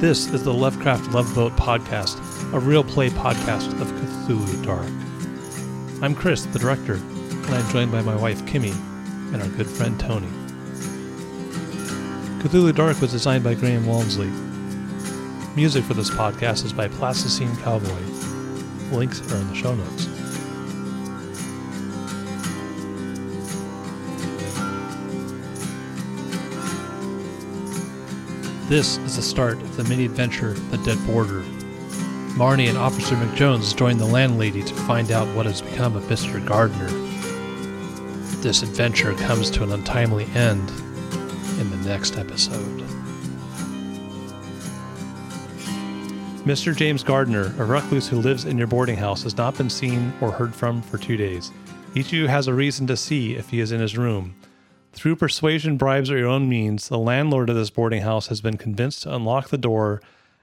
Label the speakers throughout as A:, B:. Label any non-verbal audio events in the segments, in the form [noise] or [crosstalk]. A: This is the Lovecraft Love Boat podcast, a real play podcast of Cthulhu Dark. I'm Chris, the director, and I'm joined by my wife Kimmy and our good friend Tony. Cthulhu Dark was designed by Graham Walmsley. Music for this podcast is by Plasticine Cowboy. Links are in the show notes. This is the start of the mini adventure The Dead Border. Marnie and Officer McJones join the landlady to find out what has become of Mr. Gardner. This adventure comes to an untimely end in the next episode. Mr. James Gardner, a recluse who lives in your boarding house, has not been seen or heard from for two days. Each of you has a reason to see if he is in his room. Through persuasion, bribes, or your own means, the landlord of this boarding house has been convinced to unlock the door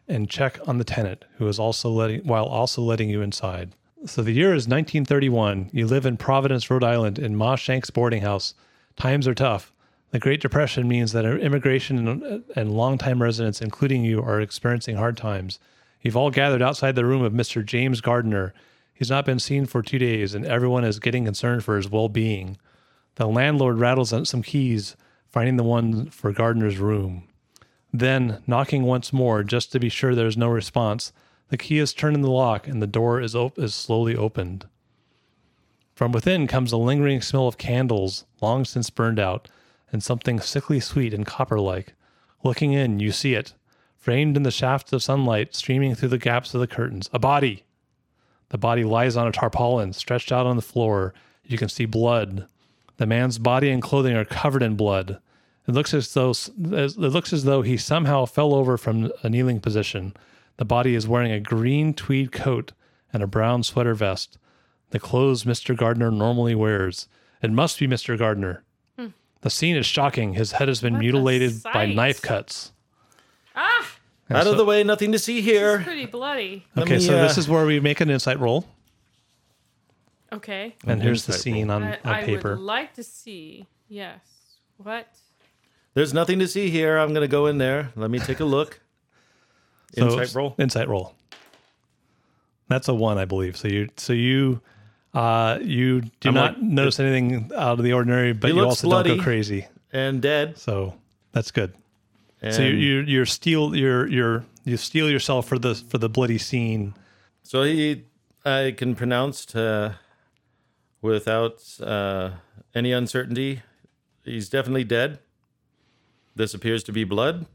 A: and check on the tenant, who is also letting while also letting you inside. So the year is 1931. You live in Providence, Rhode Island, in Ma Shank's boarding house. Times are tough. The Great Depression means that immigration and, and longtime residents, including you, are experiencing hard times. You've all gathered outside the room of Mr. James Gardner. He's not been seen for two days, and everyone is getting concerned for his well being. The landlord rattles on some keys, finding the one for Gardner's room. Then, knocking once more just to be sure there is no response, the key is turned in the lock and the door is, op- is slowly opened. From within comes a lingering smell of candles, long since burned out, and something sickly sweet and copper like. Looking in, you see it, framed in the shafts of sunlight streaming through the gaps of the curtains, a body. The body lies on a tarpaulin, stretched out on the floor. You can see blood. The man's body and clothing are covered in blood. It looks as though as, it looks as though he somehow fell over from a kneeling position. The body is wearing a green tweed coat and a brown sweater vest, the clothes Mr. Gardner normally wears. It must be Mr. Gardner. The scene is shocking. His head has been
B: Hmm. What a
A: mutilated by
B: sight.
A: knife cuts.
B: Ah,
A: And
C: Out
A: so-
C: of the way, nothing to see here.
B: pretty bloody.
C: Let
A: Okay,
C: me,
A: so this
C: uh,
A: is where we make an insight roll,
B: Okay.
A: and
C: An
A: here's the
C: insight
A: scene on,
B: I,
A: on
B: I
A: paper.
B: would like to see. Yes. What?
C: There's nothing to see here. I'm gonna go in there. Let me take a look.
A: [laughs] So-
C: Insight roll.
A: Insight roll. That's a one, I believe. So you, so you, uh, you do
C: I'm
A: not
C: like-
A: notice anything out of the ordinary, but
C: He
A: you
C: looks
A: also don't
C: bloody.
A: go crazy.
C: And dead.
A: So that's good.
C: And
A: so you, you, you're steal, you're, you're, you steal yourself for the for the bloody scene.
C: so he, I can pronounce uh, without uh, any uncertainty. He's definitely dead. This appears to be blood.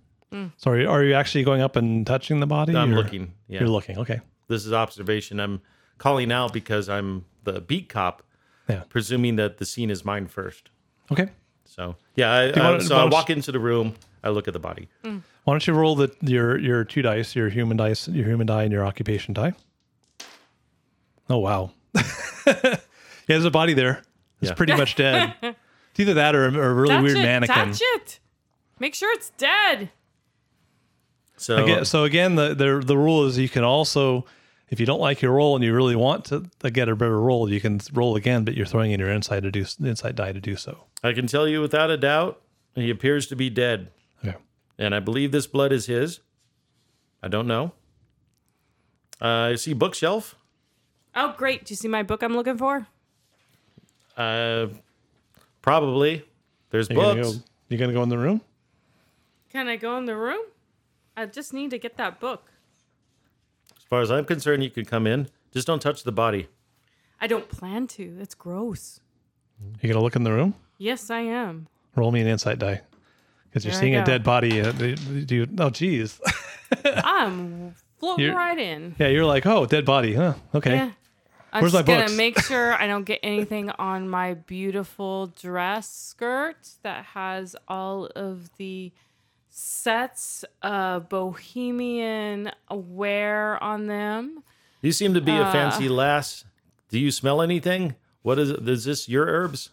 A: So are you, are you actually going up and touching the body?
C: I'm
A: or-
C: looking. Yeah,
A: You're looking. Okay.
C: this is observation. I'm calling out because I'm the beat cop,
A: Yeah.
C: presuming that the scene is mine first.
A: Okay.
C: So yeah, I,
A: you
C: I-
A: wanna-
C: so I
A: wanna-
C: walk into the room. I look at the body.
A: Why don't you roll the your your two dice, your human dice, your human die, and your occupation die? Oh wow! [laughs] yeah, there's a body there. It's
C: Yeah.
A: pretty much
B: [laughs]
A: dead. It's either that or, a- or a really
B: Touch
A: weird
B: it,
A: mannequin.
B: Touch it. Make sure it's dead.
C: So
A: Again, so again, the, the the rule is you can also, if you don't like your roll and you really want to get a better roll, you can roll again, but you're throwing in your insight to do insight die to do so.
C: I can tell you without a doubt, he appears to be dead.
A: Okay.
C: And I believe this blood is his. I don't know. Uh, I see bookshelf.
B: Oh, great. Do you see my book I'm looking for?
C: Uh, probably. There's
A: You're gonna go.
C: books.
A: You're gonna go in the room.
B: Can I go in the room? I just need to get that book.
C: As far as I'm concerned, you can come in. Just don't touch the body.
B: I don't plan to. That's gross.
A: You're gonna look in the room.
B: Yes,
A: [laughs]
B: I am.
A: Roll me an insight die. Because you're
B: There I
A: seeing a
B: go.
A: dead body. uh, Do you, do you- oh, geez. [laughs]
B: I'm floating
A: You're-
B: right in.
A: yeah, you're like, oh, dead body. Huh. Okay.
B: Yeah. I'm
A: Where's
B: just
A: my
B: gonna
A: books? [laughs]
B: make sure I don't get anything on my beautiful dress skirt that has all of the sets of bohemian wear on them.
C: You seem to be a fancy lass. Do you smell anything? What is it? Is this your herbs?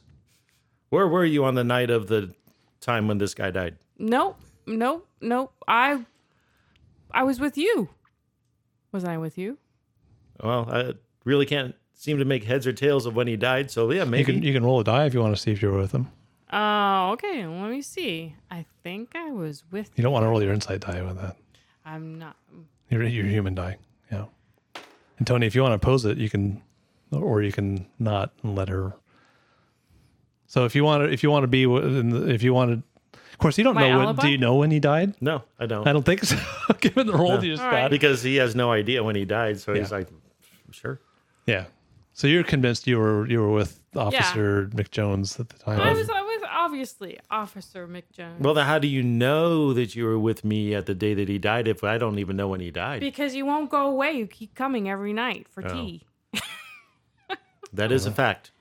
C: Where were you on the night of the time when this guy died?
B: Nope, nope, nope. I I was with you. Wasn't I with you?
C: Well, I really can't seem to make heads or tails of when he died. So yeah,
A: You
C: maybe.
A: can you can roll a die if you want to see if you're with them.
B: Oh, okay. Let me see. I think I was with
A: You don't want to roll your insight die with that.
B: I'm not.
A: Your, your human die. Yeah. And Tony, if you want to oppose it, you can, or you can not and let her. So if you want to, if you want to be, wi- in the- if you want to, of course, you don't
B: My
A: know when.
B: alibi?
A: Do you know when he died?
C: No, I don't.
A: I don't think so. [laughs] Given the role
C: Oh. No.
A: you just
B: All
A: got,
B: right.
C: because he has no idea when he died, so he's
A: Yeah.
C: like, sure.
A: yeah. So you're convinced you were you were with Officer McJones at the time.
B: I was, I was obviously Officer McJones.
C: Well, then how do you know that you were with me at the day that he died if I don't even know when he died?
B: because you won't go away. You keep coming every night for
C: Oh.
B: tea.
C: that is a fact.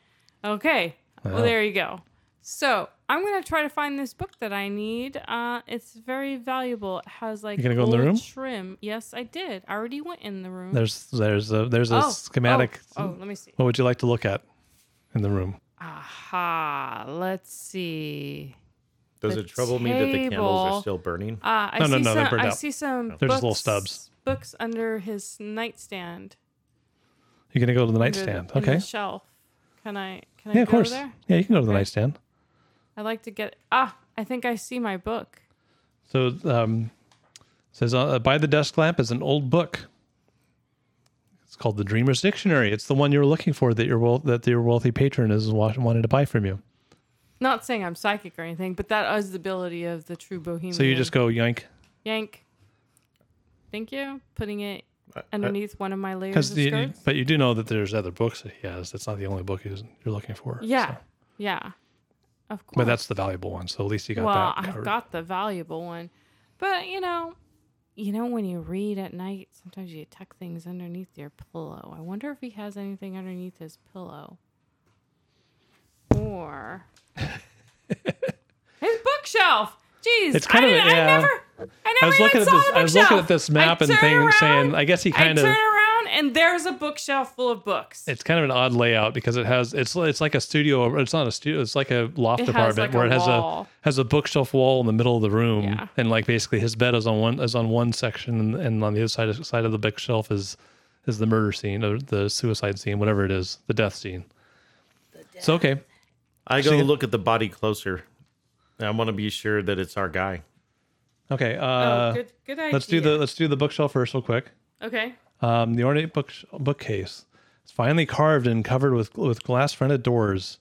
B: Okay.
A: Wow.
B: Well, there you go. So I'm gonna try to find this book that I need. Uh, it's very valuable. It has like
A: You gonna go in the
B: gold
A: room?
B: trim. Yes, I did. I already went in the room.
A: there's there's a there's a
B: oh,
A: schematic.
B: Oh, oh, let me see.
A: What would you like to look at in the room?
B: Aha. Let's see.
C: Does
B: The
C: it trouble me that the candles
B: table.
C: are still burning?
B: Uh, I
A: No,
B: see
A: no, no, they're
B: some.
A: burned
B: I
A: out.
B: see some.
A: They're just little
B: books-
A: stubs.
B: Books under his nightstand.
A: You're gonna go to the
B: under the-
A: nightstand.
B: in the
A: Okay.
B: shelf. Can I? Can
A: Yeah,
B: I go
A: of course.
B: there?
A: Yeah, you can go to the
B: Okay.
A: nightstand.
B: I like to get. Ah, I think I see my book.
A: So um, it says uh, by the desk lamp is an old book. It's called the Dreamer's Dictionary. It's the one you were looking for that your wealth, that your wealthy patron is wa- wanting to buy from you.
B: Not saying I'm psychic or anything, but that is the ability of the true bohemian.
A: So you just go yank
B: yank. Thank you. Putting it
C: I- I-
B: underneath one of my layers
A: because
B: of
A: you, you-
B: skirts.
A: but you do know that there's other books that he has. That's not the only book he's, you're looking for.
B: yeah,
A: so.
B: yeah. Of course.
A: But that's the valuable one. So at least you got
B: well,
A: that.
B: I've
A: covered.
B: got the valuable one, but you know, you know when you read at night, sometimes you tuck things underneath your pillow. I wonder if he has anything underneath his pillow,
A: [laughs]
B: or his bookshelf. Jeez,
A: It's kind
B: I,
A: of a-
B: didn't- I
A: yeah.
B: never, I never
A: I was looking at
B: even
A: this.
B: saw the
A: I was looking at
B: bookshelf.
A: this map
B: I
A: and
B: turn
A: thing,
B: around,
A: saying, I guess he kind
B: I
A: of.
B: turn around and there's a bookshelf full of books.
A: It's kind of an odd layout because it has it's it's like a studio. It's not a studio. It's like a loft
B: It has
A: apartment
B: like
A: where
B: a
A: it has
B: wall.
A: a has a bookshelf wall in the middle of the room,
B: Yeah.
A: and like basically his bed is on one is on one section, and, and on the other side of, side of the bookshelf is is the murder scene or the suicide scene, whatever it is, the death scene. So okay,
C: I go
A: See-
C: look at the body closer. I want to be sure that it's our guy.
A: okay. Uh,
B: oh, good, good idea.
A: let's do the let's do the bookshelf first, real quick.
B: okay.
A: Um, the ornate book, bookcase. It's finely carved and covered with with glass fronted doors,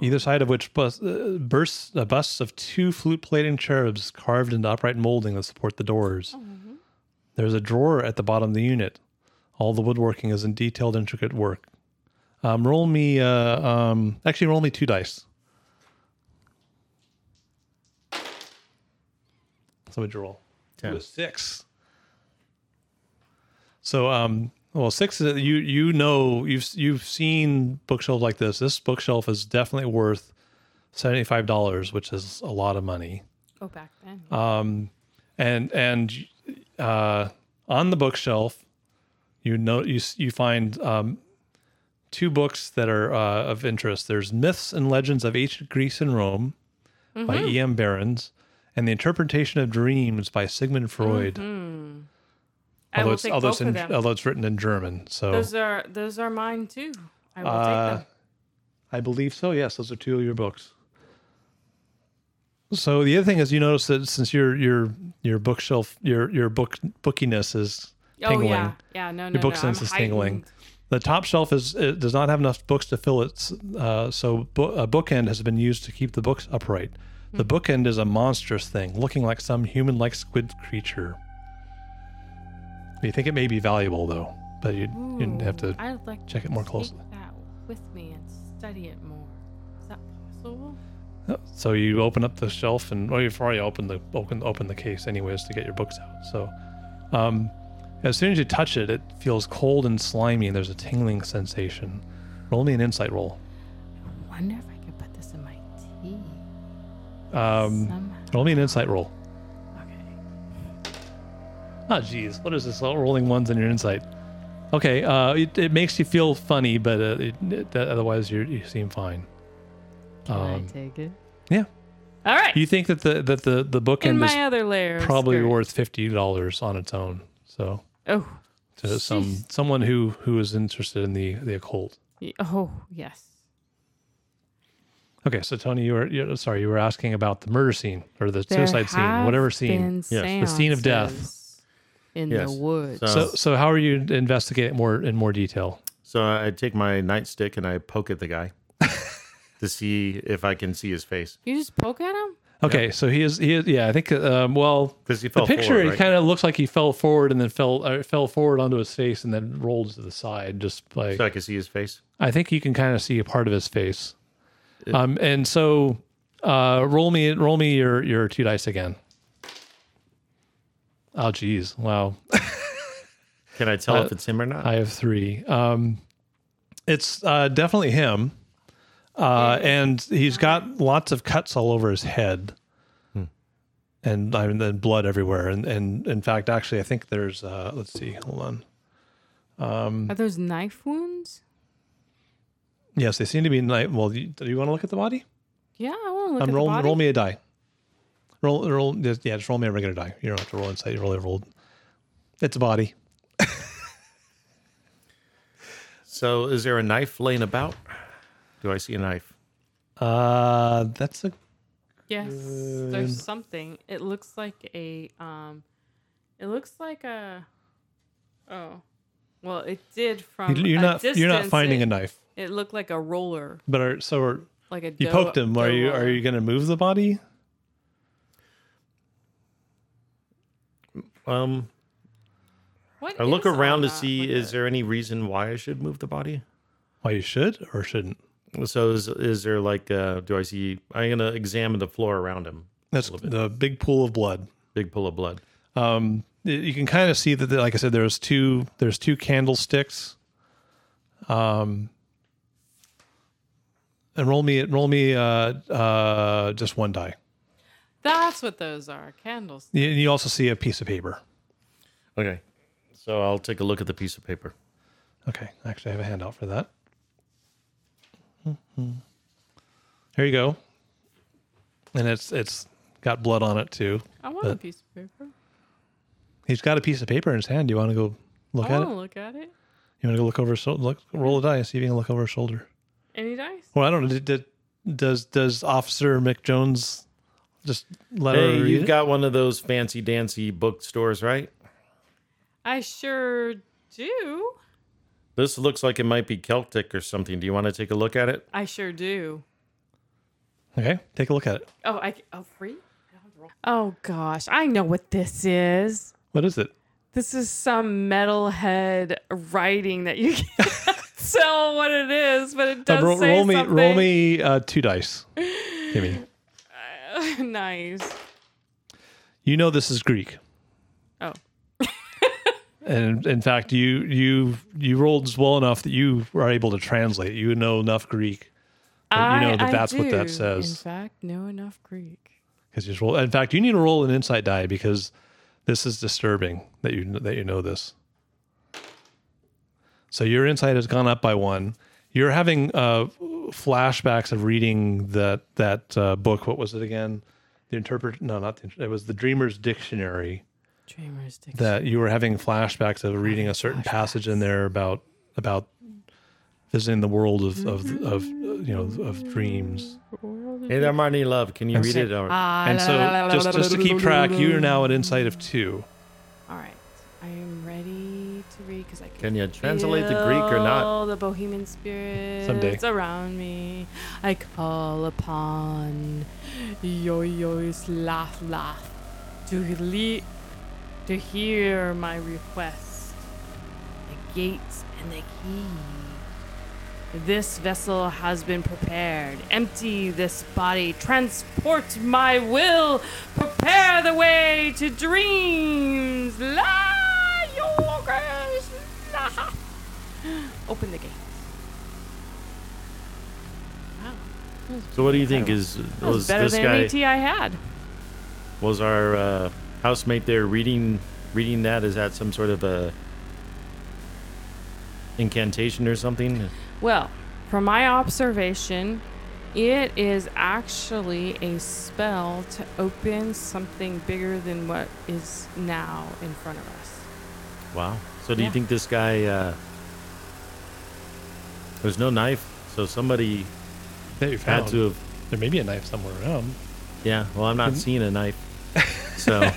A: either side of which bus, uh, bursts uh, busts of two flute plating cherubs carved into upright molding that support the doors. There's a drawer at the bottom of the unit. All the woodworking is in detailed, intricate work. Um, roll me, uh, um, actually, roll me two dice. So what'd you roll?
C: Ten.
A: Ooh, a six. So, um, well, six is you. You know, you've you've seen bookshelves like this. This bookshelf is definitely worth seventy five dollars, which is a lot of money.
B: Oh, back then.
A: Uh, And and uh, on the bookshelf, you know, you s- you find um, two books that are uh, of interest. There's Myths and Legends of Ancient Greece and Rome by
B: Mm-hmm.
A: E. M. Behrens, and The Interpretation of Dreams by Sigmund Freud.
B: Mm-hmm. I will
A: it's,
B: take
A: although,
B: both
A: it's
B: of
A: in,
B: them.
A: although it's written in German, so
B: Those are those are mine too. I will
A: Uh,
B: take them. Oh,
A: I believe so. Yes, those are two of your books. So the other thing is, you notice that since your your your bookshelf your your book bookiness is tingling,
B: Oh yeah, yeah. No, no,
A: your book
B: no.
A: sense
B: I'm
A: is tingling.
B: heightened.
A: The top shelf is it does not have enough books to fill it, uh, so bo- a bookend has been used to keep the books upright. The
B: Hmm.
A: bookend is a monstrous thing, looking like some human-like squid creature. You think it may be valuable though, but you'd, you'd have
B: Ooh,
A: to
B: I'd like
A: check it more
B: to
A: closely.
B: Take that with me and study it more. Is that possible?
A: oh, So you open up the shelf, and well, you've already opened the open opened the case anyways to get your books out. So, um, as soon as you touch it, it feels cold and slimy, and there's a tingling sensation. Roll me an insight roll.
B: I wonder if I could put this in my tea
A: Um,
B: somehow.
A: roll me an insight roll.
B: Okay.
A: Oh, jeez, what is this? All rolling ones in your insight. Okay, uh, it, it makes you feel funny, but uh, it, it, otherwise you you seem fine.
B: Can
A: Um,
B: I take it?
A: yeah.
B: All right.
A: You think that the that the the
B: in
A: bookend
B: my
A: is
B: other layer. of
A: probably
B: skirt.
A: worth fifty dollars on its own. So.
B: Oh.
A: to some
B: Jeez.
A: someone who who is interested in the the occult.
B: y- Oh yes.
A: Okay, so Tony, you were you sorry, you were asking about the murder scene or the
B: There
A: suicide scene,
B: have
A: whatever scene.
B: been
C: Yes.
A: The scene of death.
B: seances.
D: in
C: Yes.
D: the woods.
C: So-
A: So, so how are you investigating more in more detail?
C: So I take my nightstick and I poke at the guy to see if I can see his face
B: You just poke at him?
A: Okay, so he is he is yeah. I think um, well,
C: because he fell
A: the picture
C: forward.
A: it
C: right?
A: kind of looks like he fell forward and then fell uh, fell forward onto his face and then rolled to the side. Just like
C: so I can see his face.
A: I think you can kind of see a part of his face. Um, and so uh, roll me roll me your your two dice again. Oh geez, wow.
C: Can I tell if it's him or not?
A: I have three. Um, it's uh, definitely him, uh, and he's got lots of cuts all over his head, and I mean, then blood everywhere. And and in fact, actually, I think there's. Uh, let's see. Hold on. Mm.
B: Are those knife wounds?
A: Yes, they seem to be. Night. Well, you, do you want to look at the body?
B: Yeah, I want to look
A: I'm
B: at
A: roll
B: the body.
A: roll me a die. Roll roll. just- Yeah, just roll me a regular die. You don't have to roll insight. You roll a rolled. It's a body.
C: so is there a knife laying about? Do I see a knife?
A: Uh, that's a
B: Yes, there's something. It looks like a um, it looks like a oh, well, it did from
A: you're
B: Um, a
A: not
B: distance,
A: you're not finding
B: it,
A: a knife.
B: It looked like a roller,
A: But are, so are,
B: like a
A: you
B: dough-
A: poked him. Are
B: dough
A: you
B: roller.
A: are you going to move the body?
C: Um,
B: What
C: I look
B: is all
C: around to
B: that?
C: see
B: Like
C: is
B: a-
C: there any reason why I should move the body?
A: Why you should or shouldn't?
C: So is is there like uh, do I see? I'm gonna examine the floor around him.
A: That's the big pool of blood.
C: Big pool of blood.
A: Um, y- you can kind of see that, like I said, there's two there's two candlesticks. Um, and roll me roll me uh, uh, just one die.
B: That's what those are, candles.
A: Y- And you also see a piece of paper.
C: Okay, so I'll take a look at the piece of paper.
A: Okay, actually, I have a handout for that. Mm-hmm. Here you go. And it's it's got blood on it too.
B: I want a piece of paper.
A: He's got a piece of paper in his hand. Do you want to go look at
B: I
A: it?
B: want to look at it.
A: You want to go look over his shoulder? Look, roll a dice. See if you can look over his shoulder.
B: Any dice?
A: Well, I don't know. Did, did- does does Officer Mick Jones just let
C: Hey,
A: her?
C: you've
A: read it?
C: got one of those fancy dancy bookstores, right?
B: I sure do.
C: This looks like it might be Celtic or something. Do you want to take a look at it?
B: I sure do.
A: okay. Take a look at it.
B: Oh, I oh free. Oh gosh, I know what this is.
A: What is it?
B: This is some metalhead writing that you [laughs] can't tell what it is, but it does
A: Uh, roll,
B: say
A: roll me
B: something.
A: roll me uh, two dice, Kimmy.
B: [laughs] nice.
A: You know this is Greek,
B: Oh,
A: and in fact, you you you rolled well enough that you are able to translate. You know enough Greek
B: I,
A: you know that
B: I
A: that's what that
B: do, In
A: says.
B: fact, know enough Greek.
A: because you just roll. In fact, you need to roll an insight die because this is disturbing that you that you know this. So your insight has gone up by one. You're having uh, flashbacks of reading that that uh, book. What was it again? The interpret? No, not the. inter- It was the Dreamer's Dictionary.
B: Dreamers Dictionary.
A: That you were having flashbacks of reading a certain passage in there about about visiting the world of of, of you know of dreams.
C: Hey there, Marnie Love. Can you read it? Or
B: Uh, Ah,
A: And so just just to keep track, you are now at insight of two.
B: All right, I am ready to read because I
C: can you translate the Greek or not?
B: Feel The bohemian spirits around me. I call upon yo yo's laugh laugh to le- to hear my request. The gates and the key. This vessel has been prepared. Empty this body. Transport my will. Prepare the way to dreams. La yo walkers. La. Open the gates. Wow.
C: So, what do you think? Is
B: That was,
C: was
B: better
C: this
B: than
C: guy
B: any tea I had.
C: was our uh, housemate there reading reading that? Is that some sort of a incantation or something?
B: Well, from my observation, it is actually a spell to open something bigger than what is now in front of us.
C: Wow. So, do
B: Yeah.
C: you think this guy? Uh, there's no knife, so somebody
A: That you
C: had
A: found.
C: to have.
A: There may be a knife somewhere around.
C: Yeah. Well, I'm not seeing a knife, so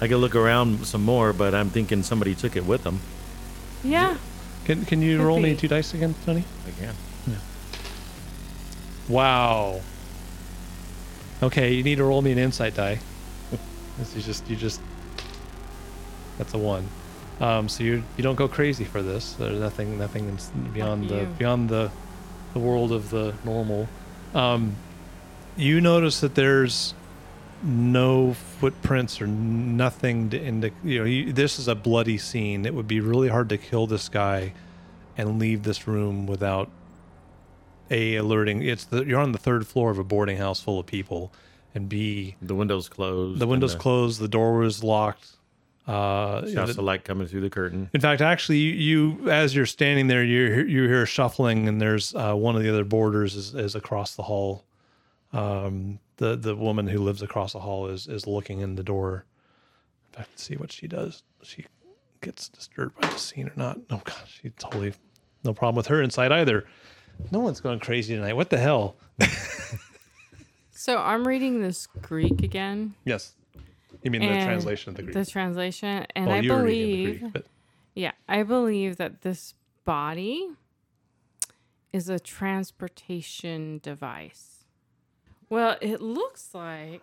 C: I could look around some more, but I'm thinking somebody took it with them.
B: Yeah.
A: Can can you
B: Could
A: roll me
B: be.
A: two dice again, Tony?
C: I can.
A: Wow. Okay, you need to roll me an insight die. This is just you just that's a one. Um, so you you don't go crazy for this. There's nothing nothing that's beyond the
B: you.
A: beyond the the world of the normal. Um, you notice that there's no footprints or nothing to indicate. You know, you, this is a bloody scene. It would be really hard to kill this guy and leave this room without a alerting. It's the, you're on the third floor of a boarding house full of people, and b
C: The windows closed.
A: the
C: and
A: windows closed, the door was locked. Uh,
C: Shafts of light coming through the curtain.
A: in fact, actually, you, you as you're standing there, you you hear shuffling, and there's uh, one of the other boarders is, is across the hall. Um, the the woman who lives across the hall is is looking in the door. In fact, let's see what she does. She gets disturbed by the scene or not? Oh god, she totally no problem with her inside either. No one's going crazy tonight. What the hell?
B: So I'm reading this Greek again.
A: Yes, you mean the
B: and
A: translation of the Greek?
B: The translation, and
A: well,
B: I
A: you were reading the
B: believe,
A: Greek, but
B: yeah, I believe that this body is a transportation device. Well, it looks like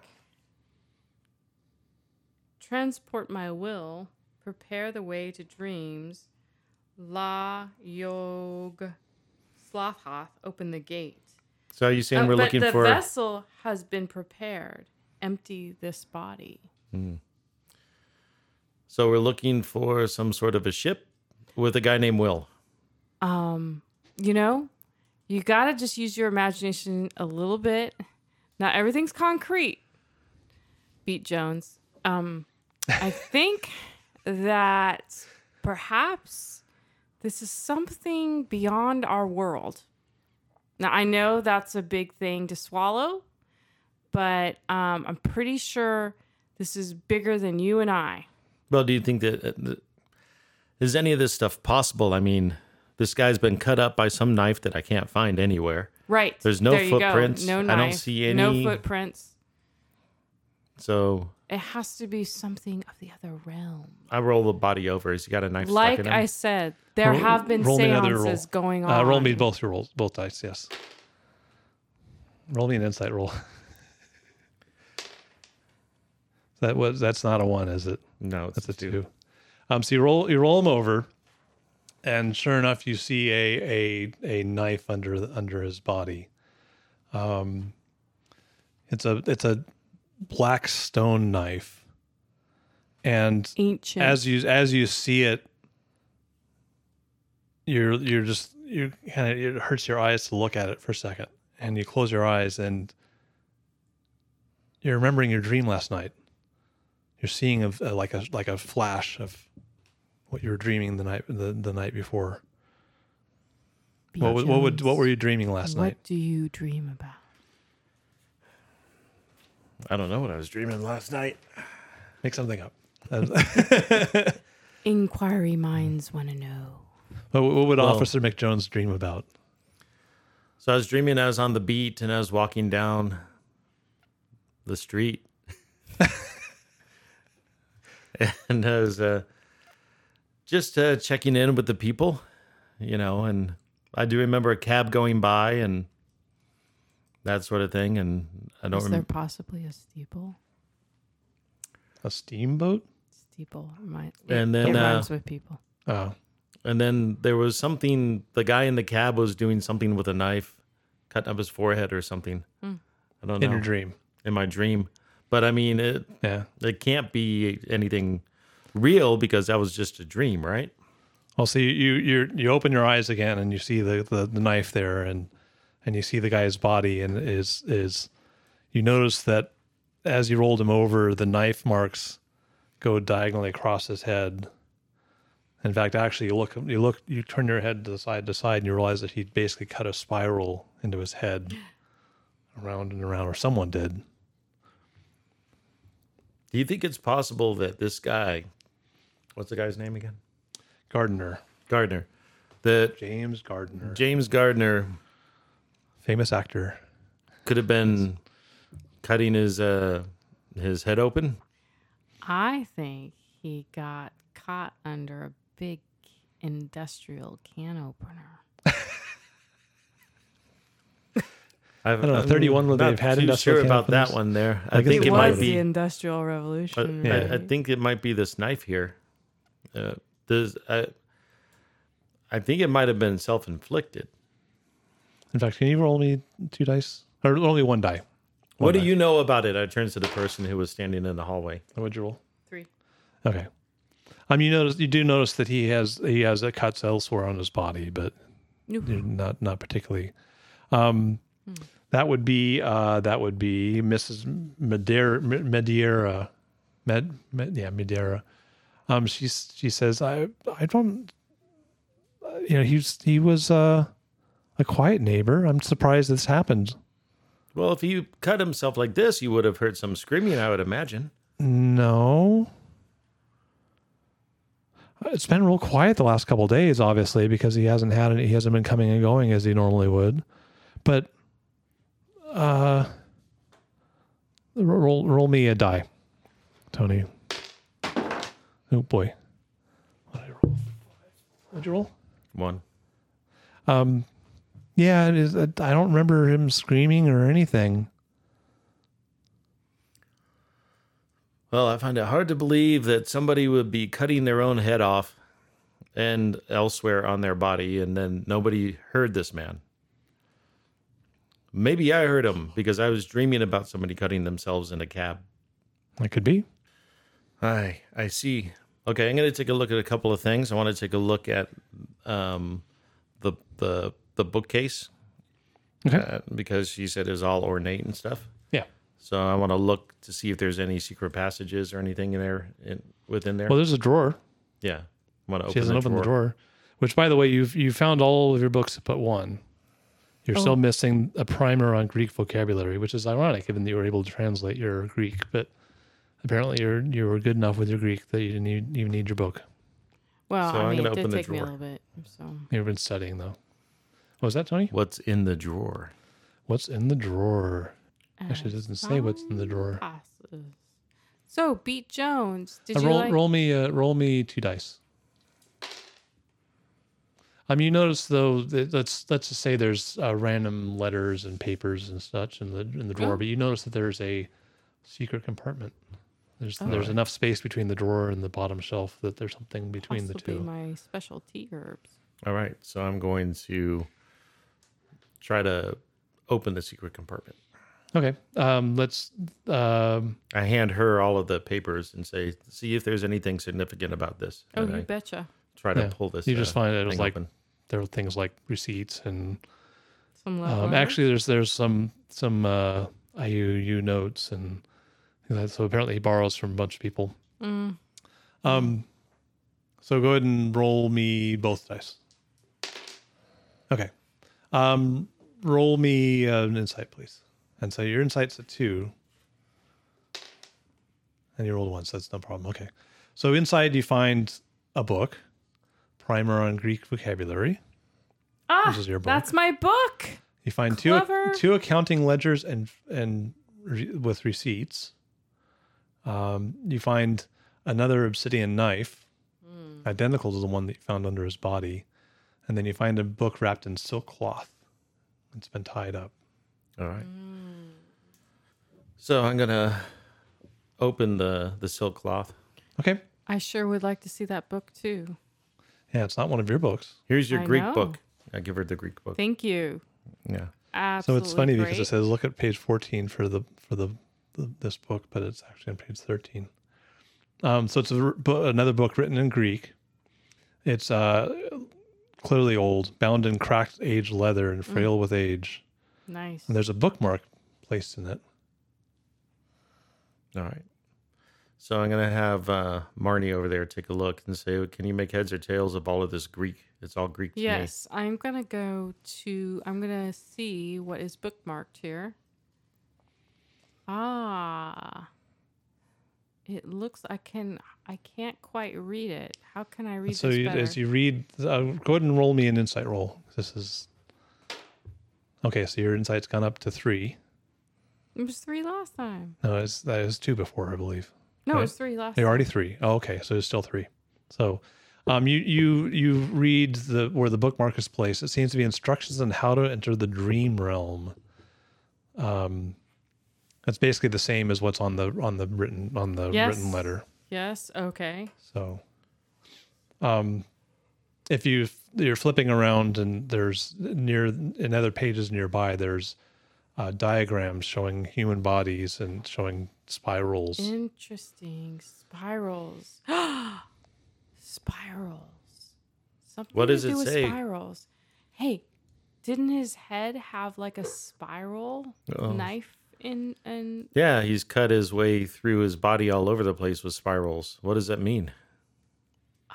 B: transport my will, prepare the way to dreams, la yog sloth open the gate.
C: So are you saying
B: Uh,
C: we're
B: but
C: looking
B: the
C: for?
B: vessel has been prepared. Empty this body.
C: So we're looking for some sort of a ship with a guy named Will.
B: Um, you know, you gotta just use your imagination a little bit. Not everything's concrete. Beat Jones. Um,
C: [laughs]
B: I think that perhaps this is something beyond our world. Now I know that's a big thing to swallow, but um, I'm pretty sure this is bigger than you and I.
C: Well, do you think that uh, th- is any of this stuff possible? I mean, this guy's been cut up by some knife that I can't find anywhere.
B: Right.
C: There's no
B: There you go.
C: footprints.
B: No
C: I
B: knife.
C: don't see any-
B: No footprints.
C: So
B: It has to be something of the other realm.
C: I roll the body over. He's got a knife stuck
B: Like
C: in him.
B: I said, there
A: Roll-
B: have been
A: roll me another roll.
B: seances going on.
A: Uh, roll me both your rolls, both dice. Yes. Roll me an insight roll. [laughs] that was that's not a one, is it?
C: no, it's
A: That's a
C: two.
A: two. Um, so you roll you roll him over, and sure enough, you see a a a knife under the- under his body. Um, it's a it's a black stone knife, and
B: Ancient.
A: as you as you see it you're you're just you kind of it hurts your eyes to look at it for a second and you close your eyes and you're remembering your dream last night you're seeing of uh, like a like a flash of what you were dreaming the night the, the night before what would, what would what were you dreaming last
B: What
A: night
B: do you dream about?
C: I don't know what I was dreaming last night.
A: make something up Uh,
B: Inquiry minds want to know.
A: [laughs] what, what would
C: Well-
A: officer mcjones dream about
C: So I was dreaming I was on the beat and I was walking down the street. [laughs] and I was uh, just uh, checking in with the people, you know, and I do remember a cab going by and that sort of thing. And I don't
B: Is there
C: remember.
B: possibly a steeple?
A: a steamboat
B: Steeple. Might,
C: And
B: it
C: then, uh,
B: rhymes with people.
A: oh
C: And then there was something, the guy in the cab was doing something with a knife, cutting up his forehead or something. I don't know.
A: in your dream
C: in my dream. But I mean, it,
A: yeah
C: It can't be anything real because that was just a dream, right?
A: Well, so you you you're, you open your eyes again and you see the, the, the knife there and and you see the guy's body and is is you notice that as you rolled him over, the knife marks go diagonally across his head. In fact, actually, you look you look you turn your head to the side to side and you realize that he basically cut a spiral into his head, around and around, or someone did.
C: Do you think it's possible that this guy, what's the guy's name again?
A: Gardner,
C: Gardner, that
A: James Gardner,
C: James Gardner
A: famous actor.
C: could have been cutting his uh, his head open?
B: I think he got caught under a big industrial can opener.
C: I've,
A: I don't know, 31 where
C: not
A: they've had
C: too
A: industrial
C: sure about that
A: cannabis.
C: one there. I
A: Like,
C: think
A: it's
C: it
B: it
C: might
B: was
C: be. uh,
B: the industrial revolution.
C: I-
A: Yeah.
C: I, I think it might be this knife here. Uh, there's, I, I think it might have been self-inflicted.
A: In fact, can you roll me two dice or only one die?
C: What do
A: knife.
C: you know about it? I turns to the person who was standing in the hallway.
A: What'd you roll?
B: Three.
A: Okay. Um, you notice you do notice that he has he has uh cuts elsewhere on his body, but
B: Oof.
C: Hmm.
A: not not particularly. Um, That would be uh, that would be Mrs. Madeira Madeira, Med, Med, yeah Madeira. Um, she she says I I don't. uh, You know he's he was uh, a quiet neighbor. I'm surprised this happened.
C: Well, if he cut himself like this, you would have heard some screaming, I would imagine.
A: No. It's been real quiet the last couple of days, obviously, because he hasn't had any, he hasn't been coming and going as he normally would. But uh roll roll me a die, Tony. Oh boy. What did I roll? What'd you roll?
C: One.
A: Um yeah, it is I don't remember him screaming or anything.
C: Well, I find it hard to believe that somebody would be cutting their own head off and elsewhere on their body, and then nobody heard this man. Maybe I heard him because I was dreaming about somebody cutting themselves in a cab.
A: That could be.
C: I I see. Okay, I'm going to take a look at a couple of things. I want to take a look at um, the the the bookcase
A: Okay.
C: uh, because she said it was all ornate and stuff.
A: Yeah.
C: So I want to look to see if there's any secret passages or anything in there in, within there.
A: Well, there's a drawer.
C: yeah, I want to
A: She
C: open,
A: hasn't
C: the,
A: opened
C: drawer.
A: the drawer. Which, by the way, you've you found all of your books but one. You're still missing a primer on Greek vocabulary, which is ironic, given that you were able to translate your Greek. But apparently, you're you were good enough with your Greek that you didn't even, even need your book.
B: Well,
C: So
B: I
C: I'm
B: mean,
C: gonna
B: it did
C: open the
B: take me a
C: drawer.
B: little bit. So
A: You've been studying though. What was that, Tony?
C: What's in the drawer?
A: What's in the drawer? Actually, it doesn't say what's in the drawer.
B: passes. So beat Jones. Did
A: Uh,
B: you
A: roll,
B: like?
A: roll me uh, roll me two dice. Um, you notice though, that let's let's just say there's uh, random letters and papers and such in the in the drawer,
B: Oh.
A: but you notice that there's a secret compartment. There's
B: Oh.
A: there's enough space between the drawer and the bottom shelf that there's something between
B: This
A: the
B: will
A: two.
B: be my specialty herbs.
C: All right, so I'm going to try to open the secret compartment.
A: okay, um, let's um,
C: I hand her all of the papers and say, "See if there's anything significant about this."
B: Oh,
C: And
B: you
C: I-
B: betcha.
C: try to
A: Yeah.
C: pull this. uh,
A: You just find it was
C: thing
A: like- there are things like receipts and
B: Some love.
A: Um,
B: letters.
A: actually, there's there's some some uh, IUU notes and things like that. so apparently he borrows from a bunch of people.
B: Mm.
A: Um, so go ahead and roll me both dice. Okay, um, roll me uh, an insight, please. And so your insight's a two, and you rolled one, so that's no problem. Okay, so inside you find a book, primer on Greek vocabulary.
B: Ah,
A: is your book.
B: that's my book.
A: You find two
B: Clever.
A: two accounting ledgers and and re, with receipts. Um, you find another obsidian knife, identical to the one that you found under his body, and then you find a book wrapped in silk cloth. It's been tied up.
C: All right.
A: Mm.
C: So I'm gonna open the the silk cloth.
A: Okay,
B: I sure would like to see that book too.
A: yeah, it's not one of your books.
C: Here's your
B: I
C: Greek
B: know.
C: book. I give her the Greek book.
B: Thank you.
C: Yeah.
A: so
B: Absolutely.
A: it's funny
B: great.
A: because it says look at page fourteen for the for the, the this book, but it's actually on page thirteen. Um, so it's a, r- bo- another book written in Greek. It's uh, clearly old, bound in cracked aged leather
B: Mm.
A: and frail with age.
B: nice.
A: And there's a bookmark placed in it.
C: All right. So I'm gonna have uh, Marnie over there take a look and say, "Can you make heads or tails of all of this Greek? It's all Greek to me."
B: Yes, I'm gonna go to. I'm gonna see what is bookmarked here. Ah, it looks. I can. I can't quite read it. How can I read
A: so
B: this
A: you,
B: better?
A: as you read, uh, go ahead and roll me an insight roll. This is okay. So your insight's gone up to three.
B: it was three last time.
A: No, it's that was two before, I believe.
B: No,
A: Right.
B: it was three last.
A: They already three. Oh, okay, so there's still three. So, um, you you you read the where the bookmark is placed. It seems to be instructions on how to enter the dream realm. Um, that's basically the same as what's on the on the written on the
B: Yes.
A: written letter.
B: Yes. Okay.
A: So, um, if you you're flipping around and there's near in other pages nearby, there's uh, diagrams showing human bodies and showing spirals.
B: Mm. Interesting. [gasps] Spirals. spirals. Something
C: What does
B: to
C: it
B: do with
C: say?
B: spirals. Hey, didn't his head have like a spiral
C: Oh.
B: knife in and
C: Yeah, he's cut his way through his body all over the place with spirals. What does that mean?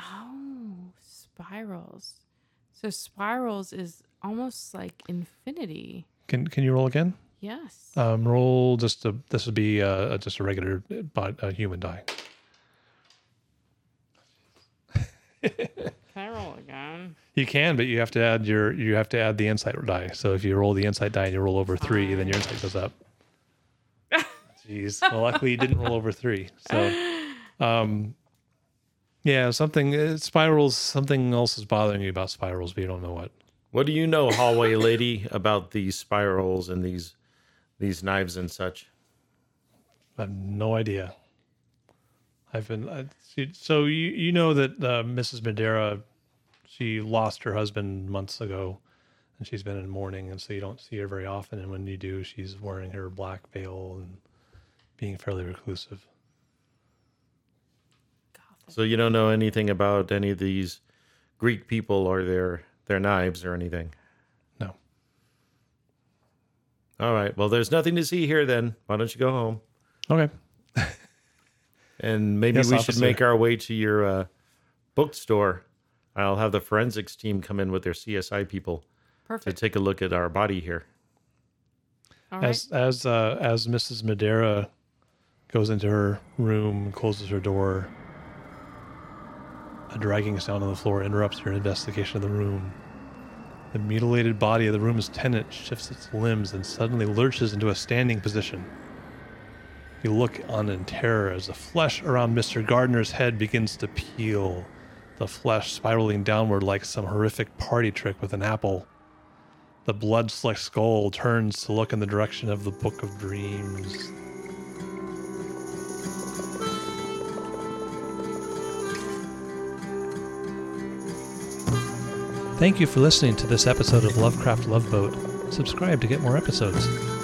B: oh spirals. So spirals is almost like infinity.
A: Can can you roll again?
B: Yes.
C: Uh,
A: Um, roll just a this would be uh, just a regular but a human die.
B: Can I roll again?
A: You can, but you have to add your you have to add the insight die. So if you roll the insight die and you roll over three, then your insight goes up. Jeez. Well, luckily you didn't roll over three. So, um, yeah, something uh, spirals. Something else is bothering you about spirals, but you don't know what.
C: What do you
B: [laughs]
C: know, hallway lady, about these spirals and these these knives and such?
A: I have no idea. I've been I, she, so you you know that uh, Mrs. Madeira, she lost her husband months ago, and she's been in mourning, and so you don't see her very often. And when you do, she's wearing her black veil and being fairly reclusive.
B: Gothic.
C: So you don't know anything about any of these Greek people or their their knives or anything.
A: No.
C: All right. Well, there's nothing to see here then. Why don't you go home?
A: Okay.
C: And maybe
A: Yes,
C: we
A: officer.
C: should make our way to your uh, bookstore. I'll have the forensics team come in with their CSI people to
B: Perfect.
C: take a look at our body here.
B: All right.
A: As as uh, as Mrs. Madeira goes into her room, and closes her door, a dragging sound on the floor interrupts her investigation of the room. The mutilated body of the room's tenant shifts its limbs and suddenly lurches into a standing position. You look on in terror as the flesh around Mr. Gardner's head begins to peel, the flesh spiraling downward like some horrific party trick with an apple. The blood slicked skull turns to look in the direction of the Book of Dreams. Thank you for listening to this episode of Lovecraft Love Boat. Subscribe to get more episodes.